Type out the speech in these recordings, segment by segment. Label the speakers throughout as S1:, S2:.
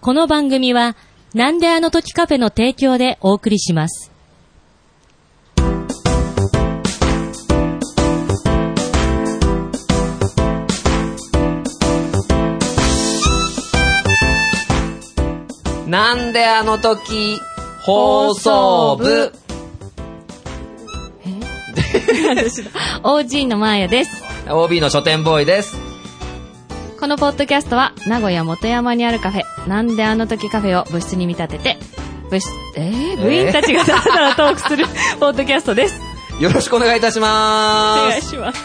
S1: この番組は、なんであの時カフェの提供でお送りします。
S2: なんであの時、放送部。
S1: OG のマーヤです。
S2: OB の書店ボーイです。
S1: このポッドキャストは、名古屋元山にあるカフェ、なんであの時カフェを部室に見立てて、部室、えー、部員たちがただただトークする ポッドキャストです。
S2: よろしくお願いいたし
S1: お
S2: ま
S1: 願い
S2: ーす。
S1: します。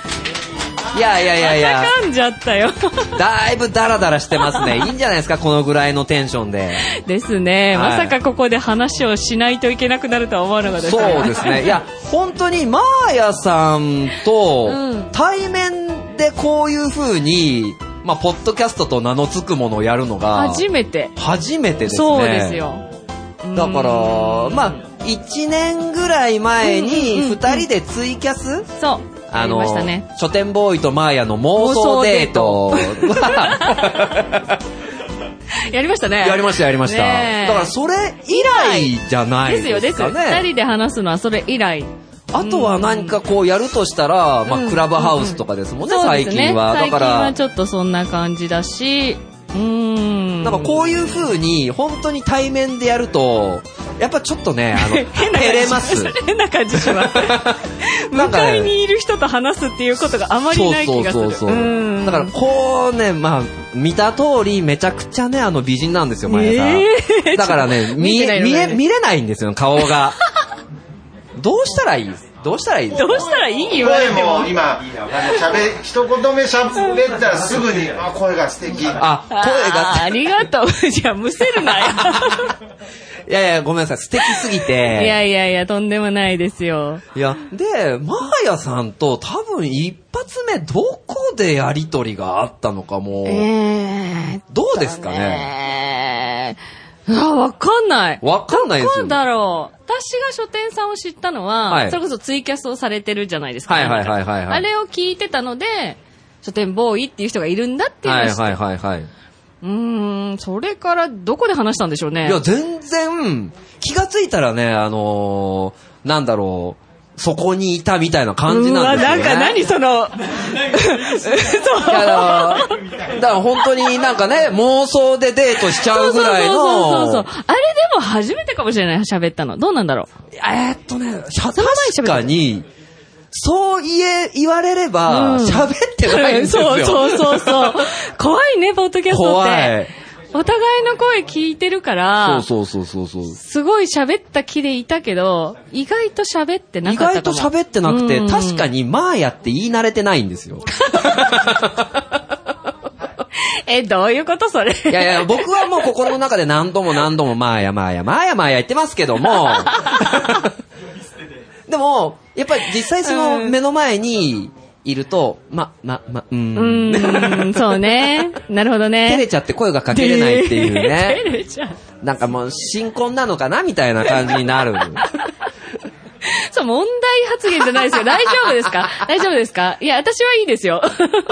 S2: いやいやいやいや、
S1: 噛んじゃった よ。
S2: だいぶダラダラしてますね。いいんじゃないですか、このぐらいのテンションで。
S1: ですね、
S2: はい
S1: まさかここで話をしないといけなくなるとは思わなかったです
S2: そうですね。いや、本当に、マーヤさん
S1: う
S2: と
S1: ん、
S2: 対面でこういう風に、まあ、ポッドキャストと名の付くものをやるのが、
S1: 初めて。
S2: 初めてですね。
S1: そうですよ。
S2: だから、まあ、1年ぐらい前
S1: うんうんうん
S2: に、
S1: うん
S2: 2人でツイキャス
S1: あ、そう。ありましたね。
S2: 書店ボーイとマーヤの妄想デートは
S1: やりましたね。
S2: やりましたやりました。
S1: ねえ
S2: だからそれ以来じゃない
S1: ですよ、
S2: で
S1: ですすよ。
S2: か
S1: 二
S2: ね。
S1: 人で話すのはそれ以来。
S2: あとは何かこうやるとしたら、まあクラブハウスとかですもんね、
S1: そう
S2: 最
S1: ですね。
S2: 近は。だ
S1: 最
S2: か
S1: 近は
S2: ら、
S1: ちょっとそんな感じだし、うーん。
S2: なんかこういう風に本当に対面でやると、やっぱちょっとね、あの、
S1: 変な感じ
S2: 照れます。
S1: 変な感じします。
S2: な
S1: 向
S2: んか
S1: か
S2: ね
S1: いにいる人と話すっていうことがあまりない気がする。
S2: そうそうそうそう
S1: うん
S2: だからこうね、まあ、見た通りめちゃくちゃね、あの美人なんですよ、前田さん。
S1: え
S2: だからね、見
S1: 見てない
S2: え、
S1: の
S2: 見
S1: が
S2: え、
S1: ね
S2: 見れないんですよ、顔が。どうしたらいいどうしたらいい
S1: どうしたらいい言われ
S3: 声
S1: ても
S3: も。今、喋、一言目喋ったらすぐに、あ、声が素敵。
S2: あ、声
S1: あーあ
S2: が、
S1: りがとう。 じゃあ、むせるなよ。
S2: いやいや、ごめんなさい、素敵す ぎ
S1: いや
S2: て。
S1: いやいや、とんでもないですよ。
S2: いや、で、マーヤさんと多分一発目どこでやりとりがあったのかもう、
S1: えー、
S2: どうですかね。
S1: ねえー。あ、わかんない。
S2: わかんないです
S1: ど
S2: よ
S1: う。だろう。私が書店さんを知ったのは、
S2: はい
S1: それこそツイキャスをされてるじゃないですか。
S2: はいはいはいはいはい
S1: あれを聞いてたので、書店ボーイっていう人がいるんだっていうのを
S2: はい
S1: 知って
S2: はいはいはい。いう
S1: ーん、それからどこで話したんでしょうね。
S2: や、全然、気がついたらね、あのー、なんだろう、そこにいたみたいな感じなんですよ、ね。
S1: うわなんか何そ の、
S2: いやあのだから本当になんかね、妄想でデートしちゃ
S1: そううそ
S2: ぐ
S1: う
S2: らい
S1: そうそうそう
S2: の。。
S1: あれでも初めてかもしれない、喋ったの。どうなんだろう。
S2: えーっとね、しゃ確かに、そう言え、言われれば、
S1: うん
S2: 喋ってないんですよ。
S1: そうそうそうそう。怖いね、ポッドキャストって。
S2: 怖い。
S1: お互いの声聞いてるから、
S2: そうそうそうそうそう。
S1: すごい喋った気でいたけど、意外と喋ってな
S2: 意
S1: かった
S2: 外
S1: かも。
S2: と喋ってなくて、
S1: うん
S2: 確かに、マーヤって言い慣れてないんですよ。
S1: え、どういうことそれ。
S2: いやいや、僕はもう心の中で何度も何度も、マーヤマーヤ、マーヤマーヤ言ってますけども、でも、やっぱり実際その目の前にいると、ま、ま、ま、
S1: う
S2: うーん。
S1: ーん、そうね。なるほどね。
S2: 照れちゃって声がかけれないっていう
S1: で
S2: ね。
S1: 照れちゃう。
S2: なんかもう新婚なのかなみたいな感じになる。
S1: そう、問題発言じゃないですよ。大丈夫ですか大丈夫ですかいや、私はいいですよ。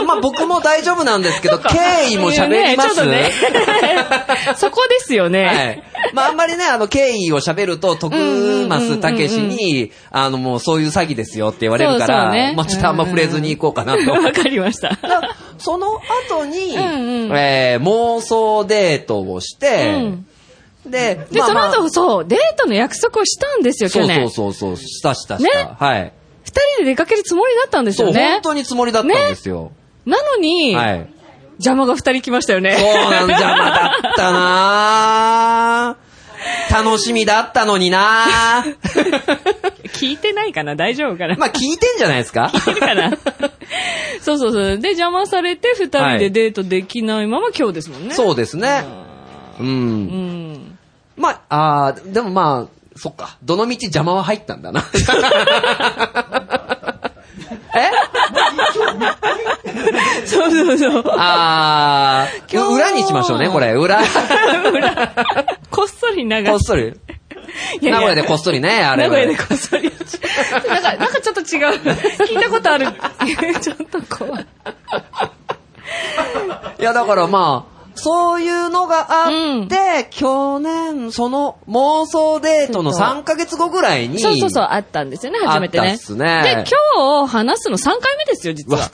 S2: まあ僕も大丈夫なんです けど、 敬意も喋ります。
S1: ねちょっとね。そこですよね。
S2: はい。まああんまりね、あの、敬意を喋ると、徳松たけし
S1: うんうん
S2: に、あの、もうそういう詐欺ですよって言われる
S1: そ
S2: か
S1: うそう
S2: ら、
S1: ね
S2: まあちょっとあんま触れずに行こうかなと。
S1: わかりました。
S2: だその後に、
S1: うんうん
S2: えー妄想デートをして、
S1: うん
S2: で、
S1: で、
S2: まあまあ
S1: その後、そう、デートの約束をしたんですよ、去
S2: そう
S1: 年。
S2: そうそうそう、したしたした。
S1: ね
S2: はい。
S1: 二人で出かけるつもりだったんです
S2: そう、
S1: よね
S2: 本。当につもりだったんですよ。
S1: なのに、
S2: はい。
S1: 邪魔が二人来ましたよね。
S2: そうなん邪魔だったなぁ楽しみだったのになぁ
S1: 聞いてないかな大丈夫かな、
S2: まあ聞いてんじゃないですか
S1: 聞いてるかな そうそうそう。で、邪魔されて二人でデートできないまま今日ですもんね。
S2: そうですね。うん。
S1: うん。
S2: まあ、あーでもまあ、そっか。どの道邪魔は入ったんだな。 え
S1: そうそうそう。
S2: あ
S1: 今日
S2: ー、
S1: は
S2: 裏にしましょうね、これ。裏。こ
S1: こっそり流して。
S2: っそり。
S1: いやいや
S2: 名古屋でこっそりね、あれ。
S1: 名古屋でこっそり。なんか、なんかちょっと違う。聞いたことあ る。ちょっと怖い。
S2: いや、だからまあ、そういうのがあって、去年、その妄想デートの
S1: そう
S2: 3ヶ月後ぐらいに、
S1: そうそうそう、あったんですよね、初めてね。
S2: あったっすね
S1: で、今日話すの3回目ですよ、
S2: う
S1: 実
S2: わ
S1: は。、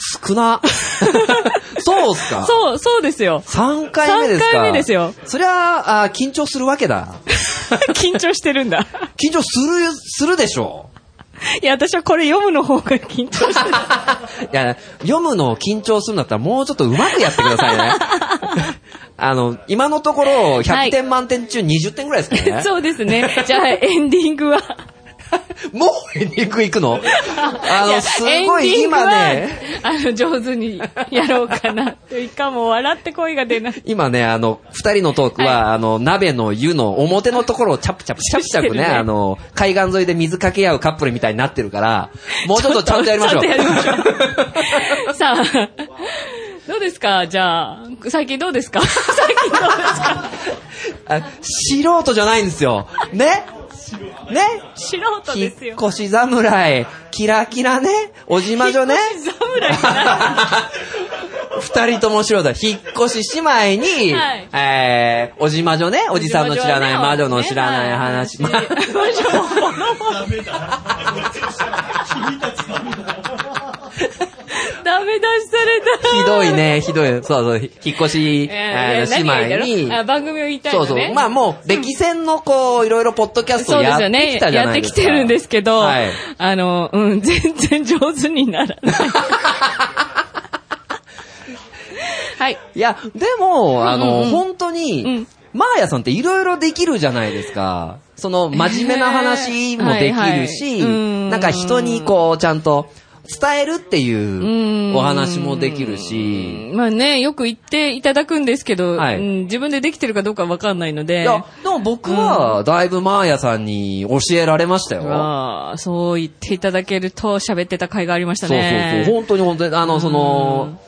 S2: 少 な。そうっすか。
S1: そう、そうですよ
S2: 3回目 ですか
S1: 三回目ですよ
S2: そりゃあ、緊張するわけだ。
S1: 緊張してるんだ。
S2: 緊張する、するでしょ
S1: いや、私はこれ読むの方が緊張してる。
S2: いや、読むのを緊張するんだったらもうちょっとうまくやってくださ いね。あの、今のところ
S1: は
S2: 100
S1: い
S2: 点満点中20点ぐらいですからね。
S1: そうですね。じゃあ、エンディングは。
S2: もうエンディング行く のあ
S1: い
S2: の、
S1: や
S2: す
S1: エン
S2: ご
S1: デ
S2: い
S1: ィングは
S2: 今ね、
S1: あの、上手にやろうかなというか、もう笑って声が出ない。
S2: 今ね、あの、二人のトークは、あの、鍋の湯の表のところをチャプチャプ、チャプチャ
S1: して
S2: プ
S1: る
S2: ね、
S1: ね
S2: あの、海岸沿いで水かけ合うカップルみたいになって るから、もうちょっとちゃんとやりましょう。
S1: ちゃんとやりましょう。さあ、どうですかじゃあ、最近どうですか最近どうですか
S2: あ素人じゃないんですよ。ねね
S1: 素人
S2: 引
S1: ですよ。
S2: っ越し侍、キラキラね、おじまじょね。
S1: 引っ越し侍かな
S2: 二人とも素人だ。引っ越し姉妹に、
S1: はい
S2: えー、おじまじょね、おじさんの知らない、魔女の知らない話。
S1: 魔
S2: ま
S1: 女もボロボロダメ出しされた。
S2: ひどいね、ひどい。そうそう、引っ越し、
S1: え
S2: え
S1: ー。
S2: ー姉
S1: 何が言いたいの
S2: 妹
S1: あ
S2: に。
S1: 番組を言いたい
S2: そ
S1: の
S2: う
S1: ね。
S2: そう。まあもう、歴戦のこう、いろいろポッドキャスト
S1: そう
S2: を
S1: で
S2: やっ
S1: すよ
S2: て
S1: ね
S2: きた。じゃ
S1: やっ
S2: な
S1: て
S2: いです
S1: き
S2: か。
S1: てるんですけど、
S2: はい。
S1: あの、うん、 全然上手にならない。はい。
S2: いや、でも、あの、本当
S1: う
S2: に
S1: ん、
S2: マーヤさんっていろいろできるじゃないですか。その、真面目な話もできる
S1: えー
S2: し、
S1: はいはいうん
S2: なんか人にこう、ちゃんと伝えるっていううんお話もできるし、
S1: まあね、よく言っていただくんですけど、
S2: はい
S1: うん自分でできてるかどうかわかんないので。
S2: いや、でも僕は、だいぶマーヤさんに教えられましたよ。
S1: わあそう言っていただけると喋ってた甲斐がありましたね。
S2: そうそうそう。本当に本当に、あの、その、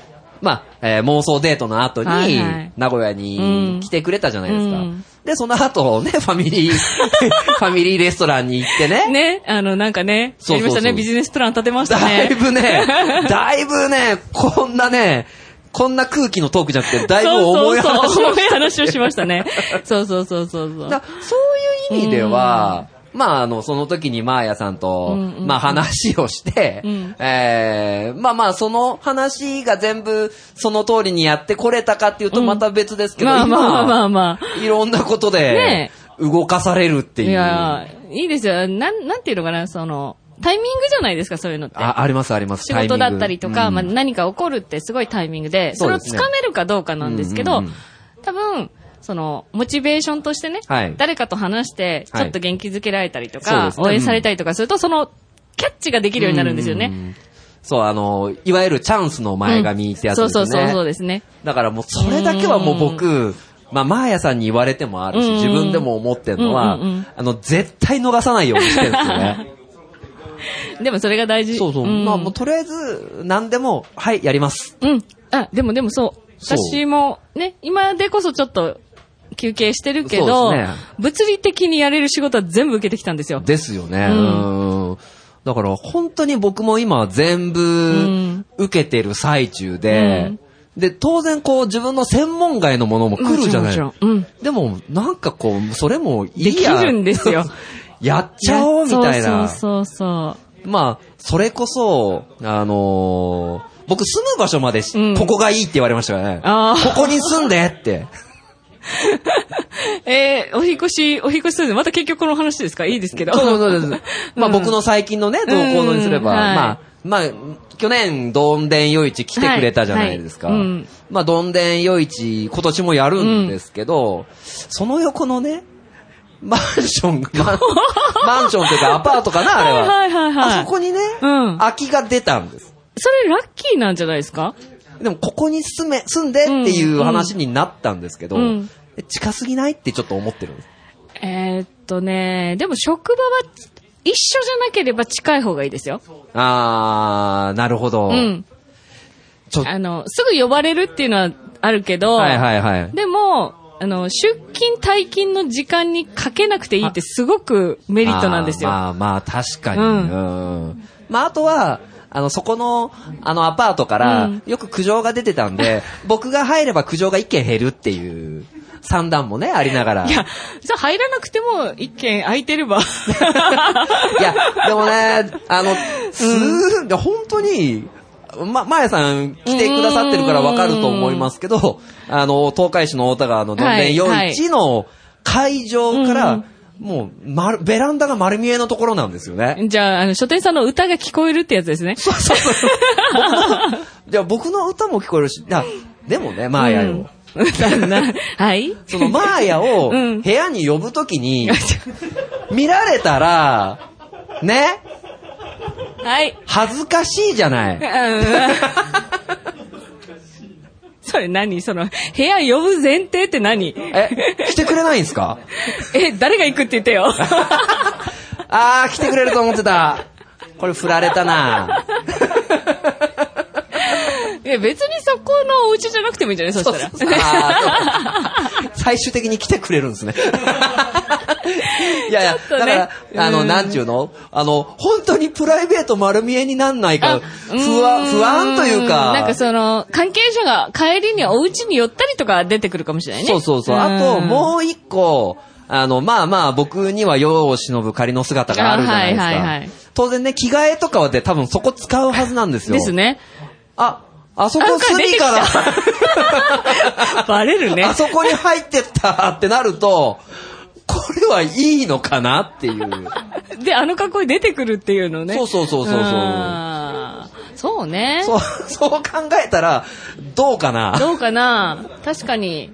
S2: まあ、えー妄想デートの後に、
S1: はいはい
S2: 名古屋に
S1: うん
S2: 来てくれたじゃないですか。
S1: うん
S2: で、その後ね、フ ァミリー、ファミリーレストランに行ってね。
S1: ね、あの、なんかね、
S2: そう
S1: やり
S2: そう
S1: ま
S2: そう
S1: したね。ビジネスプラン立てました
S2: だ
S1: ね。
S2: いぶね、だいぶね、こんなね、こんな空気のトークじゃなくて、だいぶ重い話
S1: そう
S2: を
S1: そうそう重い話をしましたね。そうそうそうそうそう。
S2: だそういう意味では、まあ、あの、その時にマーヤさんと、
S1: うんうん
S2: まあ、話をして、
S1: うん
S2: えーまあまあ、その話が全部、その通りにやってこれたかっていうと、
S1: うん
S2: また別ですけど、
S1: まあ
S2: 今
S1: まあまあま
S2: いろんなことで
S1: ね、
S2: 動かされるって
S1: あ。
S2: いう。
S1: いや、いいですよ。なん、なんていうのかな、その、タイミングじゃないですか、そういうのって。
S2: あ、ありますあります。
S1: 仕事だったりとか、まあ
S2: タイミングうん
S1: 何か起こるってすごいタイミングで、そ
S2: そう
S1: れ
S2: で
S1: を
S2: す
S1: つ
S2: ね
S1: かめるかどうかなんですけど、
S2: うんうんうん
S1: 多分、その、モチベーションとしてね、
S2: はい
S1: 誰かと話して、
S2: はい
S1: ちょっと元気づけられたりと
S2: そう
S1: か、
S2: ですね
S1: 応援されたりとかすると、その、キャッチができるようになるんですよね。
S2: うそう、あの、いわゆるチャンスの前髪ってやつ
S1: そ
S2: で
S1: う
S2: すね。
S1: そうそう、そうですね。
S2: だからもうそれだけはもう僕、まあ、マーヤさんに言われてもあるし、
S1: うん
S2: 自分でも思ってるのは、
S1: うんうんうん
S2: あの、絶対逃さないようにしてるんですよね。
S1: で もそれが大事。
S2: そうそう。
S1: ん
S2: まあ、もうとりあえず、何でも、はい、やります。
S1: うん。あ、でもでもそう。
S2: そう
S1: 私もね、今でこそちょっと休憩してるけ
S2: そう
S1: ど、
S2: ですね
S1: 物理的にやれる仕事は全部受けてきたんですよ。
S2: ですよね。う
S1: うん
S2: ん。だから、本当に僕も今、全部
S1: ん、
S2: 受けてる最中で、で、当然こう、自分の専門外のものも来るじゃない
S1: もちろんもちろんうん
S2: でも、なんかこう、それもいい
S1: で
S2: や。
S1: きるんですよ。
S2: やっちゃおう、みたいな。
S1: そうそうそうそう。
S2: まあ、それこそ、あのー僕住む場所までし、
S1: うん
S2: ここがいいって言われましたからね。
S1: あー
S2: ここに住んでって。
S1: えーお引越し、お引越しするんで、また結局この話ですかいいですけど。
S2: そうそうそうそう まあ、
S1: うん
S2: 僕の最近のね、同行のにすれば、
S1: うんはい
S2: まあ、まあ、去年、どんでんよいち来てくれたじゃないですか。
S1: はいはいうん
S2: まあ、どんでんよいち、今年もやるんですけど、その横のね、マンション、 マンマンションというかアパートかな、あれは。
S1: はいはいはいはい
S2: あそこにね、
S1: うん
S2: 空きが出たんです。
S1: それラッキーなんじゃないですか
S2: でも、ここに住め、住んでっていう話になったんですけど、
S1: うんうん
S2: 近すぎないってちょっと思ってるんです。
S1: えーっとね、でも職場は一緒じゃなければ近い方がいいですよ。
S2: あー、なるほど。
S1: うん。
S2: ちょ
S1: あの、すぐ呼ばれるっていうのはあるけど、
S2: はいはいはい。
S1: でも、あの、出勤退勤の時間にかけなくていいってすごくメリットなんですよ。
S2: あーまあまあ、確かに。う
S1: うん
S2: ん。まあ、あとは、あの、そこの、あの、アパートから、
S1: うん
S2: よく苦情が出てたんで、僕が入れば苦情が一件減るっていう、算段もね、ありながら。
S1: いや、じゃあ入らなくても一軒空いてれ ば。
S2: いや、でもね、あの、すー、で本当に、ま、まやさん来てくださってるからわかると思いますけど、あの、東海市の大田川のどん
S1: は
S2: でん
S1: い
S2: 夜市の会場か
S1: うん
S2: ら、もう、まる、ベランダが丸見えのところなんですよ ね。
S1: じゃあ、あの、書店さんの歌が聞こえるってやつですね。
S2: そうそうそう。じゃあ僕の歌も聞こえるし、あでもね、マーヤよ。
S1: うんなはい
S2: そのマーヤを
S1: うん
S2: 部屋に呼ぶと きに、見られたら、ね、
S1: はい。
S2: 恥ずかしいじゃない。
S1: それ何その、部屋呼ぶ前提って何
S2: え、来てくれないんですか
S1: え、誰が行くって言ってよ。
S2: あー、来てくれると思ってた。これ振られ たな。
S1: いや、別にそこのお家じゃなくてもいいんじゃないそしたら。
S2: あーそう最終的に来てくれるんですね。いやいや、
S1: ちょっと
S2: だか
S1: ね
S2: ら、あ
S1: う
S2: の、
S1: ん
S2: なんちゅうのあの、本当にプライベート丸見えになんない
S1: あ
S2: か、不安、不安というか。
S1: なんかその、関係者が帰りにお家に寄ったりとか出てくるかもしれないね。
S2: そうそうそう。あと、もう一個、あの、まあまあ、僕には世を忍ぶ仮の姿があるじゃないですか。
S1: あはいはいはい
S2: 当然ね、着替えとかはで多分そこ使うはずなんですよ。
S1: ですね。
S2: あ、あそこ隅から
S1: あ、 バレるね。
S2: あそこに入ってったってなると、これはいいのかなっていう。
S1: で、あの格好で出てくるっていうのね。
S2: そうそうそうそうそう
S1: あーそうね。
S2: そう、そう考えたら、どうかな。
S1: どうかな確かに。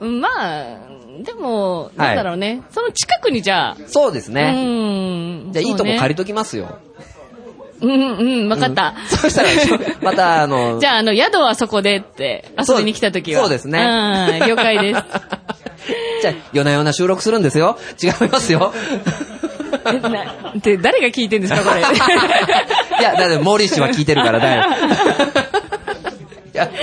S1: うんまあ、でも、なんだろうね。その近くにじゃあ、
S2: そうですね。
S1: うん。
S2: じゃあ、いいとこ借り
S1: り
S2: ときますよ。
S1: うんうん、わかった。
S2: そし たら、また、あの、
S1: じゃあ、あの、宿はそこでって、遊びに来た時は。
S2: そうそうですね
S1: うん、了解です。
S2: じゃあ、夜な夜な収録するんですよ。違いま すよ。
S1: えなで、誰が聞いてんですか、これ。
S2: いや、だって、モーリッシュは聞いてるから、だよ。いや、どう、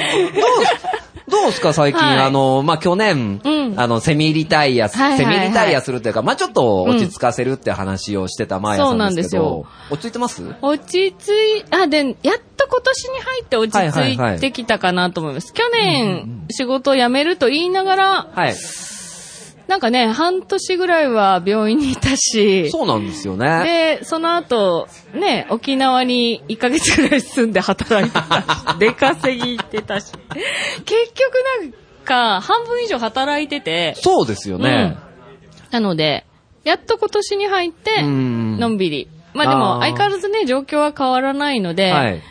S2: どうすか、最近、
S1: はい
S2: あの、まあ、去年、
S1: うん
S2: あの、セミリタイヤ、
S1: はいはいはい
S2: セミリタイヤするというか、まあ、ちょっと落ち着かせるって話をしてた前さんですけ
S1: そうなん
S2: ど
S1: で、
S2: 落ち着いてます
S1: 落ち着い、あ、で、やっと今年に入って落ち
S2: はいはいは
S1: 着い
S2: い
S1: てきたかなと思います。去年、仕事を辞めると言いながら、
S2: はい。
S1: なんかね、半年ぐらいは病院にいたし、
S2: そうなんですよね。
S1: で、その後、ね、沖縄に1ヶ月ぐらい住んで働いてたし、 出稼ぎ行ってたし、結局なんか、半分以上働いてて、
S2: そうですよね。
S1: なので、やっと今年に入って、
S2: うん
S1: のんびり。まあで
S2: あ
S1: も、
S2: ー
S1: 相変わらずね、状況は変わらないので、
S2: はい。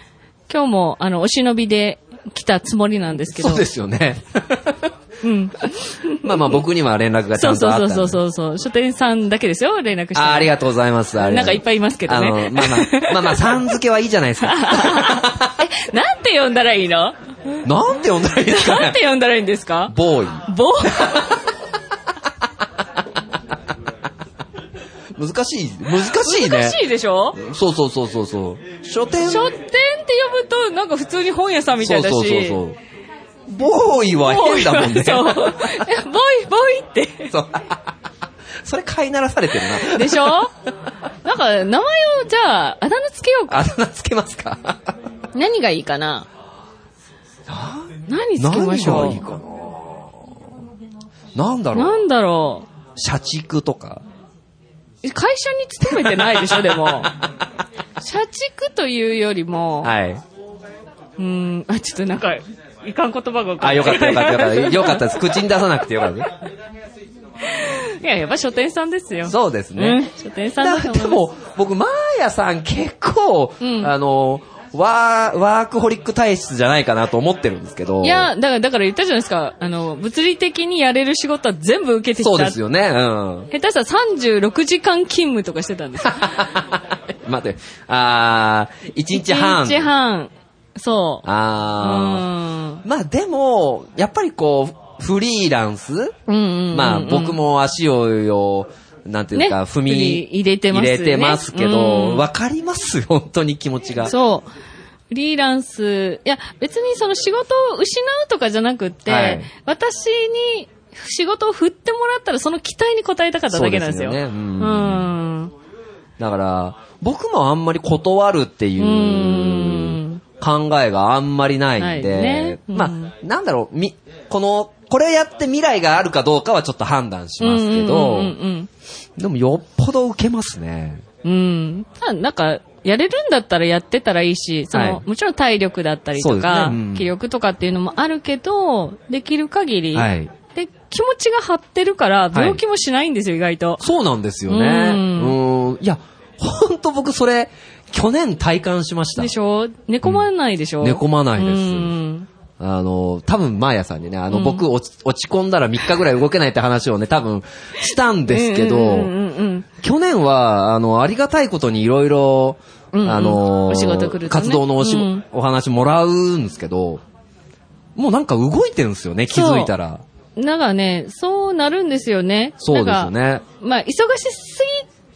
S1: 今日も、あの、お忍びで来たつもりなんですけど。
S2: そうですよね。
S1: うん。
S2: まあまあ、僕には連絡がち
S1: そ
S2: ゃ
S1: うん
S2: と
S1: そう
S2: あった
S1: そ
S2: ん
S1: う
S2: で
S1: そうそうそう。書店さんだけですよ、連絡して。
S2: あありがとうございます。あり
S1: な
S2: が
S1: ん
S2: と
S1: か
S2: う
S1: いっぱいいますけどね。
S2: あの、まあまあ、まあまあ、さん付けはいいじゃないですか。
S1: え、なんて呼んだらいいの
S2: なんて呼んだらいいですか
S1: なん
S2: ね
S1: て呼んだらいいんですか
S2: ボー
S1: ぼ
S2: イ。難しい、難しいね。
S1: 難しいでしょ
S2: そうそうそうそうそう。書店。
S1: 書店って呼ぶと、なんか普通に本屋さんみたい
S2: そ
S1: うだし。
S2: そうそうそう。ボーイは
S1: ボー
S2: 変
S1: イ
S2: だもんね。
S1: そう。ボーイ、ボーイって。
S2: そう。それ飼いならされてるな。
S1: でしょなんか、名前をじゃあ、あだ名つけようか。
S2: あだ名つけますか
S1: 何がいいかな何つけま
S2: 何
S1: しょう
S2: がいいかななんだろ
S1: な
S2: う。
S1: んだろ
S2: 社畜とか。
S1: う。会社に勤めてないでしょ、で も。社畜というよりも、
S2: はい。
S1: うーん、あ、ちょっとなんか、いかん言葉が浮
S2: あ、よかったよかっ たよかった。よかったです。口に出さなくてよかったで
S1: いや、やっぱ書店さんですよ。
S2: す。そうです
S1: うん
S2: ね。
S1: 書店さんだと思いま
S2: だで
S1: す。
S2: も、僕、マーヤさん結構、
S1: ん
S2: あの、ワー、ワークホリック体質じゃないかなと思ってるんですけど。
S1: いや、だから、だから言ったじゃないですか。あの、物理的にやれる仕事は全部受けてきた。
S2: そうですよね。うん。
S1: 下手したら36時間勤務とかしてたんですよ。
S2: 待って。あー、1日半。
S1: 1日半。そ
S2: あ
S1: う。
S2: ー。まあでも、やっぱりこう、フリーランス
S1: うん。うんうんうん。
S2: まあ僕も足を、なんていうか、
S1: ね
S2: 踏み
S1: 踏み入れてますよね
S2: 入れてますけ
S1: う
S2: ど、
S1: ん
S2: わかります本当に気持ちが。
S1: そう。フリーランス、いや、別にその仕事を失うとかじゃなくって、
S2: はい
S1: 私に仕事を振ってもらったらその期待に応えたかっただけなんですよ。
S2: そうですよねうん
S1: うん
S2: だから、僕もあんまり断るっていううん考えがあんまりないんで、
S1: ないねうん
S2: まあ、なんだろう、み、この、これやって未来があるかどうかはちょっと判断しますけ
S1: う
S2: ど、
S1: んうん
S2: でもよっぽど受けますね。
S1: うんうん。うん。ただなんか、やれるんだったらやってたらいいし、その、
S2: はい
S1: もちろん体力だったり
S2: そ
S1: と
S2: うですね
S1: か、
S2: うん
S1: 気力とかっていうのもあるけど、できる限り、
S2: はい。
S1: で、気持ちが張ってるから、病気もしないんですよ、意外と。
S2: そうなんですよね。う。
S1: うん
S2: いや、ほんと僕それ、去年体感しました。
S1: でしょ寝込まないでしょ、
S2: 寝込まないです
S1: うん
S2: あの、多分マーヤさんにね、あの、僕落ち、落ち込んだら3日ぐらい動けないって話をね、多分したんですけど、
S1: うんうんうんうん
S2: 去年は、あの、ありがたいことにいろいろ、
S1: うんうん
S2: あの、
S1: お仕事来るとね
S2: 活動のおし、
S1: うん
S2: お話もらうんですけど、もうなんか動いてるんですよね、気づいたら。
S1: なんかね、そうなるんですよね。
S2: そうですよ
S1: なんか
S2: ね。
S1: まあ、忙しす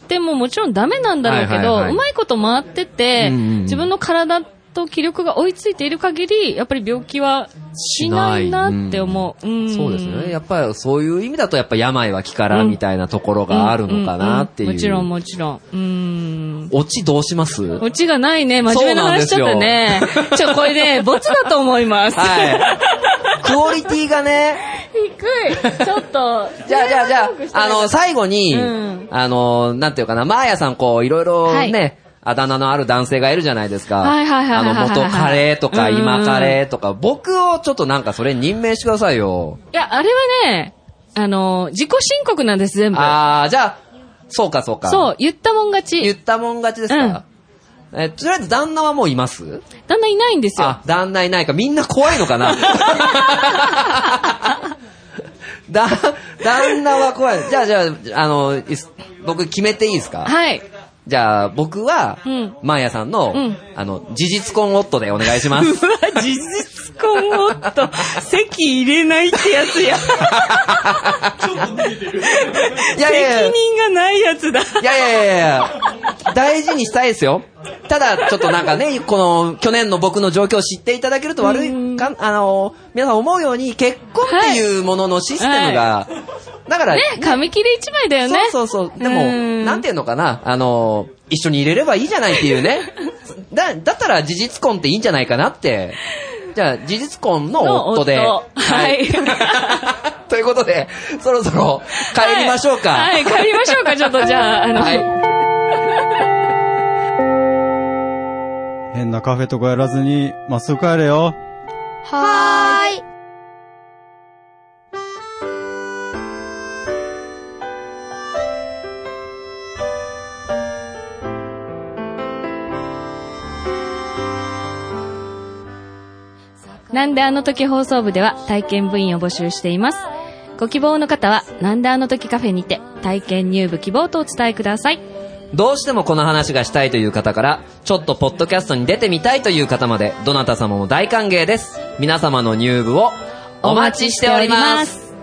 S1: ぎてももちろんダメなんだろうけど、
S2: はいはいはいう
S1: まいこと回ってて、
S2: うんうん
S1: 自分の体と気力が追いついている限り、やっぱり病気はしないなって思う。うん
S2: そうですね。やっぱりそういう意味だと、やっぱ病は気からみたいなところがあるのかなっていう。
S1: んんんもちろんもちろん。うん。
S2: オチどうします
S1: オチがないね。真面目な話しちゃったね。ちょ、これね、ボツだと思います。
S2: はい。クオリティがね、
S1: 低い。ちょっと。
S2: じゃあじゃあじゃあ、あの、最後に、
S1: うん
S2: あの、なんていうかな、マーヤさんこう、いろいろね、
S1: は
S2: あだ名のある男性がいるじゃないですか。
S1: はいはいはいは
S2: あ
S1: い
S2: の、
S1: はいはい
S2: 元カレーとか、
S1: うんうんうん
S2: 今カレーとか、僕をちょっとなんかそれに任命してくださいよ。
S1: いや、あれはね、あの、自己申告なんです、全部。
S2: あー、じゃあ、そうかそうか。
S1: そう、言ったもん勝
S2: 言っ
S1: ち。
S2: たもん勝ちですか、え、とりあえず旦那はもういます
S1: だんだんいないんですよ。
S2: あ、旦那いないか。みんな怖いの かな だ、旦那は怖い。じゃあ、じゃあ、あの、いす僕決めていいですか
S1: はい。
S2: じゃあ、僕は、
S1: うん
S2: マーヤさんの、
S1: うん
S2: あの、事実婚夫でお願いします。
S1: うわ、事実婚もっ と、席入れないってやつや。
S2: いやいやいや
S1: 責任がないやつだ。
S2: いやいやいやいや大事にしたいですよ。ただ、ちょっとなんかね、この、去年の僕の状況を知っていただけると悪いか、あの、皆さん思うように、結婚っていうもののシステムが、だから、
S1: ね、紙切れ一枚だよね。
S2: そうそうそう。でも、
S1: うん
S2: なんていうのかな、あの、一緒に入れればいいじゃないってい うね。だ、だったら事実婚っていいんじゃないかなって。じゃあ、事実婚の
S1: の
S2: 夫で。
S1: はい。
S2: ということで、そろそろ帰りましょうか。
S1: はい、はい帰りましょうか、ちょっとじゃあ、あの、
S2: はい
S4: 変なカフェとかやらずに、まっすぐ帰れよ。
S5: はーい。
S1: なんであの時放送部では体験部員を募集しています。ご希望の方は、なんであの時カフェにて、体験入部希望とお伝えください。
S2: どうしてもこの話がしたいという方から、ちょっとポッドキャストに出てみたいという方まで、どなた様も大歓迎です。皆様の入部をお待ちしております。。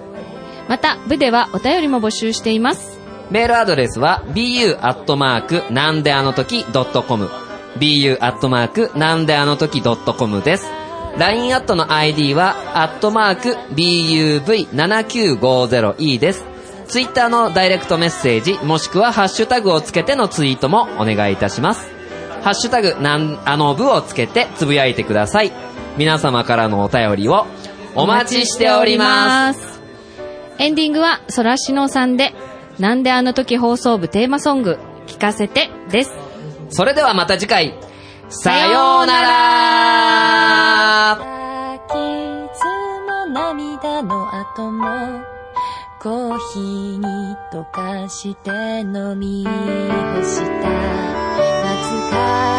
S1: また、部ではお便りも募集しています。
S2: メールアドレスは bu なんであの時 .com bu なんであの時 .com です。LINE アットの ID は、アットマーク buv7950e です。ツイッターのダイレクトメッセージ、もしくはハッシュタグをつけてのツイートもお願いいたします。ハッシュタグ、なん、あの部をつけてつぶやいてください。皆様からのお便りをお待ちしております。
S1: す。エンディングは、そらしのさんで、なんであの時放送部テーマソング、聞かせて、です。
S2: それではまた次回、さようなら
S6: 傷も涙の後もコーヒーに溶かして飲み干した懐か